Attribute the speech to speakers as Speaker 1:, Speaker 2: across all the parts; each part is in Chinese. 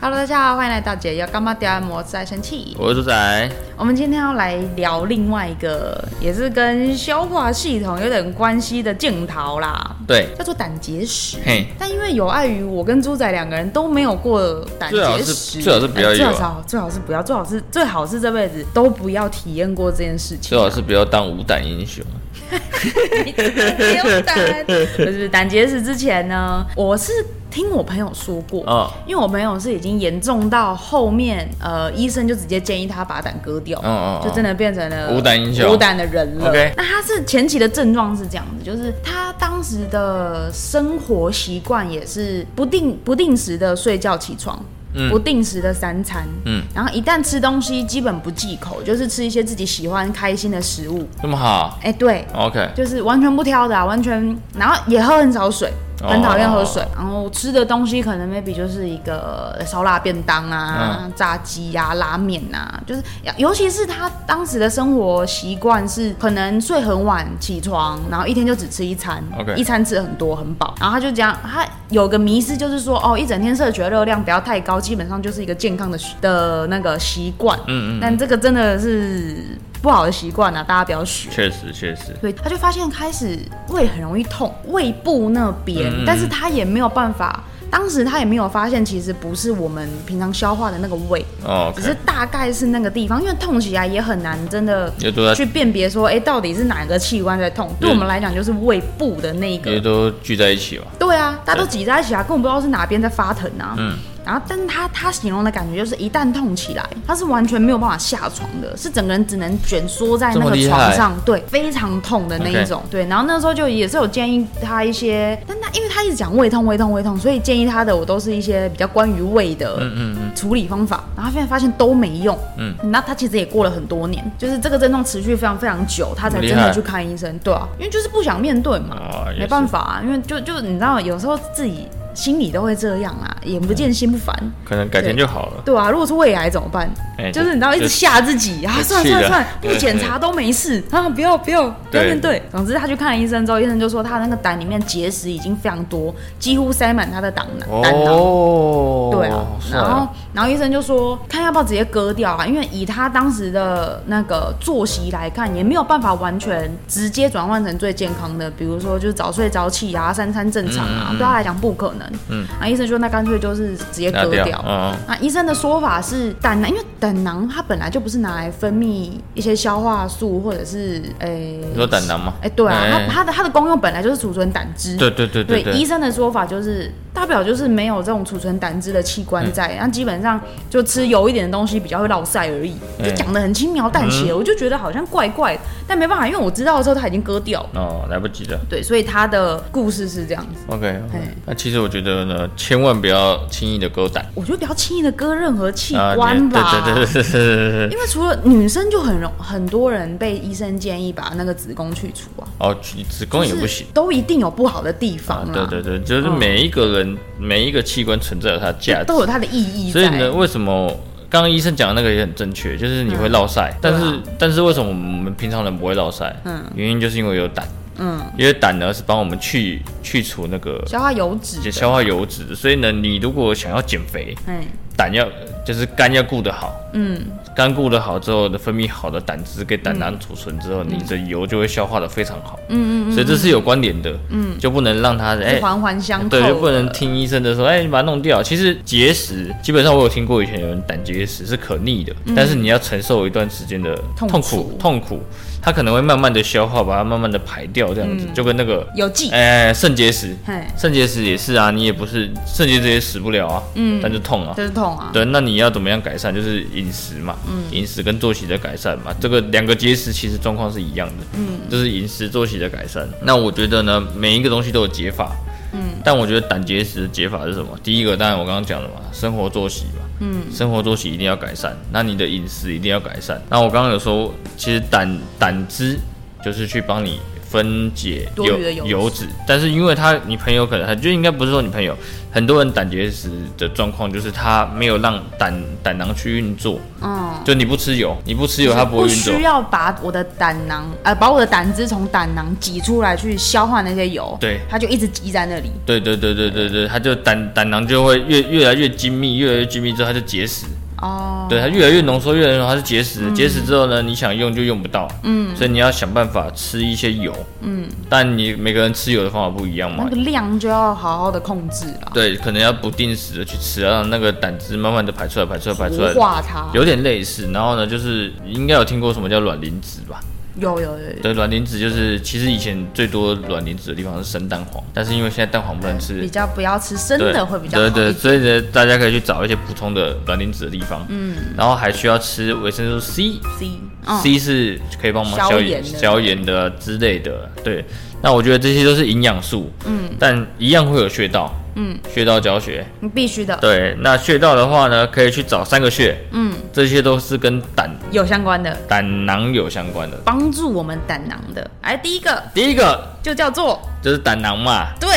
Speaker 1: Hello，大家好，欢迎来到解忧干妈屌按摩自爱生气。
Speaker 2: 我是猪仔，
Speaker 1: 我们今天要来聊另外一个，也是跟消化系统有点关系的镜头啦，
Speaker 2: 对，
Speaker 1: 叫做胆结石。
Speaker 2: 嘿，
Speaker 1: 但因为有碍于我跟猪仔两个人都没有过胆
Speaker 2: 最好
Speaker 1: 结
Speaker 2: 是
Speaker 1: 石，
Speaker 2: 最好是不要
Speaker 1: 哎最
Speaker 2: 有啊
Speaker 1: 好最好是不要，最好是最好是这辈子都不要体验过这件事情
Speaker 2: 最。好是不要当无胆英雄。
Speaker 1: 丢胆， 就是胆结石之前呢，我是听我朋友说过，
Speaker 2: 哦，
Speaker 1: 因为我朋友是已经严重到后面，呃，医生就直接建议他把胆割掉，
Speaker 2: 嗯嗯嗯
Speaker 1: 就真的变成了
Speaker 2: 无胆英雄
Speaker 1: 无胆的人了。
Speaker 2: OK
Speaker 1: 那他是前期的症状是这样子，就是他当时的生活习惯也是不定不定时的睡觉起床。
Speaker 2: 嗯
Speaker 1: 不定时的三餐，嗯
Speaker 2: 嗯，
Speaker 1: 然后一旦吃东西基本不忌口，就是吃一些自己喜欢开心的食物。
Speaker 2: 这么好
Speaker 1: 哎、对，
Speaker 2: ，OK，
Speaker 1: 就是完全不挑的、啊，完全，然后也喝很少水，
Speaker 2: 哦
Speaker 1: 很讨厌喝水，然后吃的东西可能 maybe 就是一个烧腊便当啊、炸鸡啊、拉面啊，就是尤其是他当时的生活习惯是可能睡很晚起床，然后一天就只吃一餐
Speaker 2: OK
Speaker 1: 一餐吃很多很饱，然后他就讲他有个迷思就是说哦，一整天摄取的热量不要太高，基本上就是一个健康的习的那个习惯，嗯嗯，但这个真的是不好的习惯啊，大家不要学。
Speaker 2: 确实确实，
Speaker 1: 对，他就发现开始胃很容易痛，胃部那边，
Speaker 2: 嗯嗯嗯
Speaker 1: 但是他也没有办法，当时他也没有发现，其实不是我们平常消化的那个胃，
Speaker 2: 哦
Speaker 1: 只是
Speaker 2: ，OK，
Speaker 1: 大概是那个地方，因为痛起来也很难真的
Speaker 2: 也都在
Speaker 1: 去辨别说，哎、到底是哪个器官在痛。对我们来讲，就是胃部的那一个
Speaker 2: 也都聚在一起吧。
Speaker 1: 对啊，大家都挤在一起啊，根本不知道是哪边在发疼啊。嗯。然后，但是他他形容的感觉就是，一旦痛起来，他是完全没有办法下床的，是整个人只能卷缩在那
Speaker 2: 这么
Speaker 1: 个
Speaker 2: 厉害
Speaker 1: 床上，对，非常痛的那一种。对，然后那时候就也是有建议他一些，但他因为他一直讲胃痛、胃痛、胃痛，所以建议他的我都是一些比较关于胃的
Speaker 2: 嗯
Speaker 1: 处理方法。然后现在发现都没用，嗯，那他其实也过了很多年，就是这个症状持续非常非常久，他才真
Speaker 2: 厉
Speaker 1: 的
Speaker 2: 害
Speaker 1: 去看医生，对啊，因为就是不想面对嘛，
Speaker 2: 哦
Speaker 1: 没
Speaker 2: 也是
Speaker 1: 办法啊，因为就就你知道，有时候自己心里都会这样啊，眼不见心不烦，
Speaker 2: 可能改天就好了。
Speaker 1: 对啊，如果是胃癌怎么办？
Speaker 2: 哎
Speaker 1: 就是你知道一直吓自己啊，
Speaker 2: 就
Speaker 1: 算了算了
Speaker 2: 气了
Speaker 1: 算了，不检查都没事啊，不要不要不要
Speaker 2: 对
Speaker 1: 面对。总之他去看了医生之后，医生就说他那个胆里面结石已经非常多，几乎塞满他的胆囊胆囊。
Speaker 2: 哦，
Speaker 1: 对啊，
Speaker 2: 是
Speaker 1: 然后
Speaker 2: 啊，
Speaker 1: 然后医生就说，看要不要直接割掉啊，因为以他当时的那个作息来看，也没有办法完全直接转换成最健康的，比如说就是早睡早起啊，三餐正常
Speaker 2: 嗯
Speaker 1: 啊，对他来讲不可能。嗯，然后医生说，那干脆就是直接
Speaker 2: 拿
Speaker 1: 割
Speaker 2: 掉
Speaker 1: 掉，。
Speaker 2: 嗯，
Speaker 1: 那医生的说法是胆囊，因为胆囊它本来就不是拿来分泌一些消化素或者是诶，
Speaker 2: 你说胆囊吗
Speaker 1: 哎、？对啊，
Speaker 2: 哎
Speaker 1: 它它的它的功用本来就是储存胆汁。
Speaker 2: 对对对
Speaker 1: 对
Speaker 2: 对
Speaker 1: 医
Speaker 2: 对，
Speaker 1: 生的说法就是，大不了就是没有这种储存胆汁的器官
Speaker 2: 嗯
Speaker 1: 在，那、基本上就吃油一点的东西比较会落塞而已，就
Speaker 2: 嗯
Speaker 1: 讲的很轻描淡写，我就觉得好像怪怪的，但没办法，因为我知道的时候他已经割掉了，
Speaker 2: 哦，来不及了。
Speaker 1: 对，所以他的故事是这样子。
Speaker 2: OK，
Speaker 1: 哎
Speaker 2: 那其实我觉得呢，千万不要轻易的割胆
Speaker 1: 我觉得不要轻易的割任何器
Speaker 2: 啊，
Speaker 1: 官
Speaker 2: 你
Speaker 1: 吧，
Speaker 2: 对对对对对对对对。
Speaker 1: 因为除了女生就很容很多人被医生建议把那个子宫去除啊，
Speaker 2: 哦，子宫也不行
Speaker 1: 就是。都一定有不好的地方
Speaker 2: 啊
Speaker 1: 啦，，
Speaker 2: 对对对，就是每一个人、每一个器官存在有它的价值
Speaker 1: 都，有它的意义
Speaker 2: 所
Speaker 1: 在。
Speaker 2: 以呢，为什么刚刚医生讲的那个也很正确，就是你会落晒，但是、但是为什么我们平常人不会落晒？啊嗯，原因就是因为有胆，嗯，因为胆呢是帮我们去去除那个
Speaker 1: 消化油脂的，
Speaker 2: 消化油脂，所以呢，你如果想要减肥，
Speaker 1: 哎，
Speaker 2: 胆要就是肝要顾得好，嗯，肝顾得好之后的分泌好的胆汁给胆囊储存之后，你的油就会消化的非常好，嗯嗯嗯嗯，所以这是有关联的，嗯，就不能让它哎
Speaker 1: 是环环相扣的，
Speaker 2: 对，就不能听医生的说，哎、你把它弄掉。其实结石，基本上我有听过以前有人胆结石是可逆的，但是你要承受一段时间的
Speaker 1: 痛
Speaker 2: 嗯痛
Speaker 1: 楚
Speaker 2: 苦，痛苦，它可能会慢慢的消化，把它慢慢的排掉，这样子，就跟那个，
Speaker 1: 有记，
Speaker 2: 哎、肾结石，
Speaker 1: 哎，
Speaker 2: 肾结石也是啊，你也不是肾结石也死不了啊，嗯，但就痛啊。
Speaker 1: 就是痛啊，
Speaker 2: 对，那你要怎么样改善？就是饮食嘛，饮食跟作息的改善嘛，这个两个结石其实状况是一样的，嗯，就是饮食作息的改善。那我觉得呢，每一个东西都有解法，嗯，但我觉得胆结石的解法是什么？第一个，当然我刚刚讲了嘛，生活作息嘛，嗯，生活作息一定要改善，那你的饮食一定要改善。那我刚刚有说，其实胆胆汁就是去帮你。分解
Speaker 1: 多
Speaker 2: 油
Speaker 1: 余的油脂
Speaker 2: 脂，但是因为他你朋友可能他就应该不是说你朋友，很多人胆结石的状况就是他没有让胆胆囊去运作，
Speaker 1: 嗯，
Speaker 2: 就你不吃油，你不吃油它不会
Speaker 1: 不
Speaker 2: 运作
Speaker 1: 需。要把我的胆囊，呃，把我的胆汁从胆囊挤出来去消化那些油，
Speaker 2: 对
Speaker 1: 它就一直积在那里。
Speaker 2: 对对对对对对，它就胆胆囊就会越越来越精密，越来越精密之后它就结石，
Speaker 1: 哦，嗯
Speaker 2: 对它越来越浓缩，越来越浓缩，它是结石。结石之后呢，你想用就用不到，嗯，所以你要想办法吃一些油，嗯，但你每个人吃油的方法不一样嘛
Speaker 1: 那个，量就要好好的控制了，
Speaker 2: 对，可能要不定时的去吃，让那个胆汁慢慢的排出来，排出来，排出来
Speaker 1: 活，啊化它。
Speaker 2: 有点类似。然后呢，就是你应该有听过什么叫卵磷脂吧？
Speaker 1: 有有有有，
Speaker 2: 对，卵磷脂就是其实以前最多卵磷脂的地方是生蛋黄，但是因为现在蛋黄不能吃
Speaker 1: 比，较不要吃生
Speaker 2: 对
Speaker 1: 的会比较好
Speaker 2: 对
Speaker 1: 一点。
Speaker 2: 对，所以呢，大家可以去找一些补充的卵磷脂的地方。嗯，然后还需要吃维生素 C。
Speaker 1: C，嗯
Speaker 2: C 是可以帮忙
Speaker 1: 消
Speaker 2: 消
Speaker 1: 炎的
Speaker 2: 消炎的之类的，对。那我觉得这些都是营养素，嗯，但一样会有穴道，嗯，穴道教学，
Speaker 1: 你必须的，
Speaker 2: 对。那穴道的话呢，可以去找三个穴，
Speaker 1: 嗯，
Speaker 2: 这些都是跟胆
Speaker 1: 有相关的
Speaker 2: 胆囊有相关的。
Speaker 1: 帮助我们胆囊的。哎，第一个
Speaker 2: 第一个
Speaker 1: 就叫做
Speaker 2: 就是胆囊嘛，
Speaker 1: 对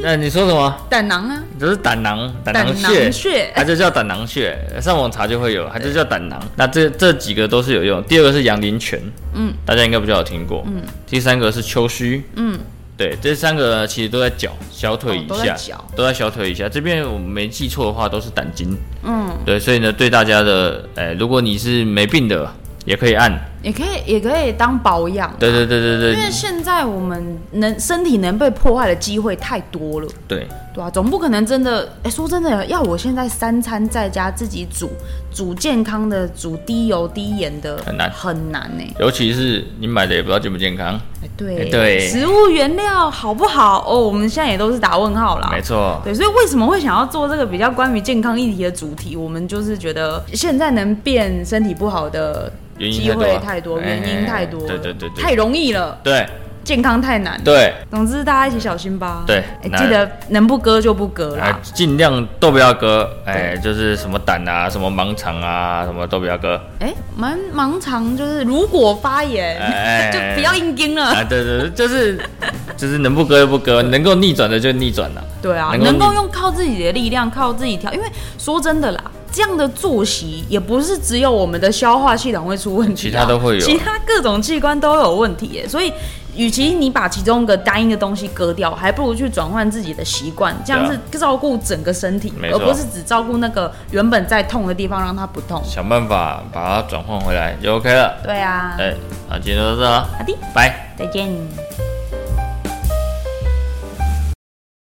Speaker 2: 那你说什么？
Speaker 1: 胆囊啊，
Speaker 2: 就是胆囊，胆
Speaker 1: 胆
Speaker 2: 囊
Speaker 1: 囊
Speaker 2: 穴，
Speaker 1: 穴
Speaker 2: 啊它就叫胆囊穴，上网查就会有，它就叫胆囊。那这这几个都是有用。第二个是阳陵泉，
Speaker 1: 嗯，
Speaker 2: 大家应该比较有听过，嗯。第三个是丘虚，
Speaker 1: 嗯，
Speaker 2: 对，这三个呢其实都在脚小腿
Speaker 1: 哦
Speaker 2: 以
Speaker 1: 都在
Speaker 2: 下，
Speaker 1: 脚
Speaker 2: 都在小腿以下。这边我没记错的话，都是胆经，
Speaker 1: 嗯，
Speaker 2: 对，所以呢，对大家的，哎、如果你是没病的，也可以按，
Speaker 1: 也可以也可以当保养。
Speaker 2: 对对对对
Speaker 1: 因为
Speaker 2: 对
Speaker 1: 现在我们能身体能被破坏的机会太多了，
Speaker 2: 对，
Speaker 1: 对啊，总不可能真的，哎，说真的，要我现在三餐在家自己煮，煮健康的，煮低油低盐的，
Speaker 2: 很难
Speaker 1: 很难呢、
Speaker 2: 尤其是你买的也不知道健不健康，
Speaker 1: 哎对、
Speaker 2: 哎对
Speaker 1: 食物原料好不好？哦，我们现在也都是打问号啦。
Speaker 2: 没错，
Speaker 1: 对，所以为什么会想要做这个比较关于健康议题的主题？我们就是觉得现在能变身体不好的
Speaker 2: 原因
Speaker 1: 机
Speaker 2: 太多
Speaker 1: 会
Speaker 2: 了
Speaker 1: 太多，
Speaker 2: 哎
Speaker 1: 原因太多了，
Speaker 2: 对对对对
Speaker 1: 太容易了，
Speaker 2: 对
Speaker 1: 健康太难。
Speaker 2: 对。
Speaker 1: 总之大家一起小心吧。
Speaker 2: 对
Speaker 1: 哎
Speaker 2: 那
Speaker 1: 记得能不割就不割
Speaker 2: 哎
Speaker 1: 啦，，
Speaker 2: 尽量都不要割，哎，就是什么胆啊、什么盲肠啊，什么都不要割。
Speaker 1: 哎，盲盲肠就是如果发炎
Speaker 2: 哎
Speaker 1: 就不要硬盯了。
Speaker 2: 啊，对对对，就是就是能不割就 不割，能够逆转的就逆转了。
Speaker 1: 对啊，
Speaker 2: 能够
Speaker 1: 能够用靠自己的力量，靠自己调。因为说真的啦，这样的作息也不是只有我们的消化系统会出问题啊、
Speaker 2: 其他都会有
Speaker 1: 其他各种器官都有问题耶。所以，与其你把其中一个单一的东西割掉，还不如去转换自己的习惯，这样
Speaker 2: 对啊
Speaker 1: 是照顾整个身体，
Speaker 2: 没
Speaker 1: 而
Speaker 2: 错
Speaker 1: 不是只照顾那个原本在痛的地方，让它不痛。
Speaker 2: 想办法把它转换回来就 OK 了。
Speaker 1: 对啊，
Speaker 2: 哎，好，今天就到这了，
Speaker 1: 阿弟，
Speaker 2: 拜。
Speaker 1: 再见。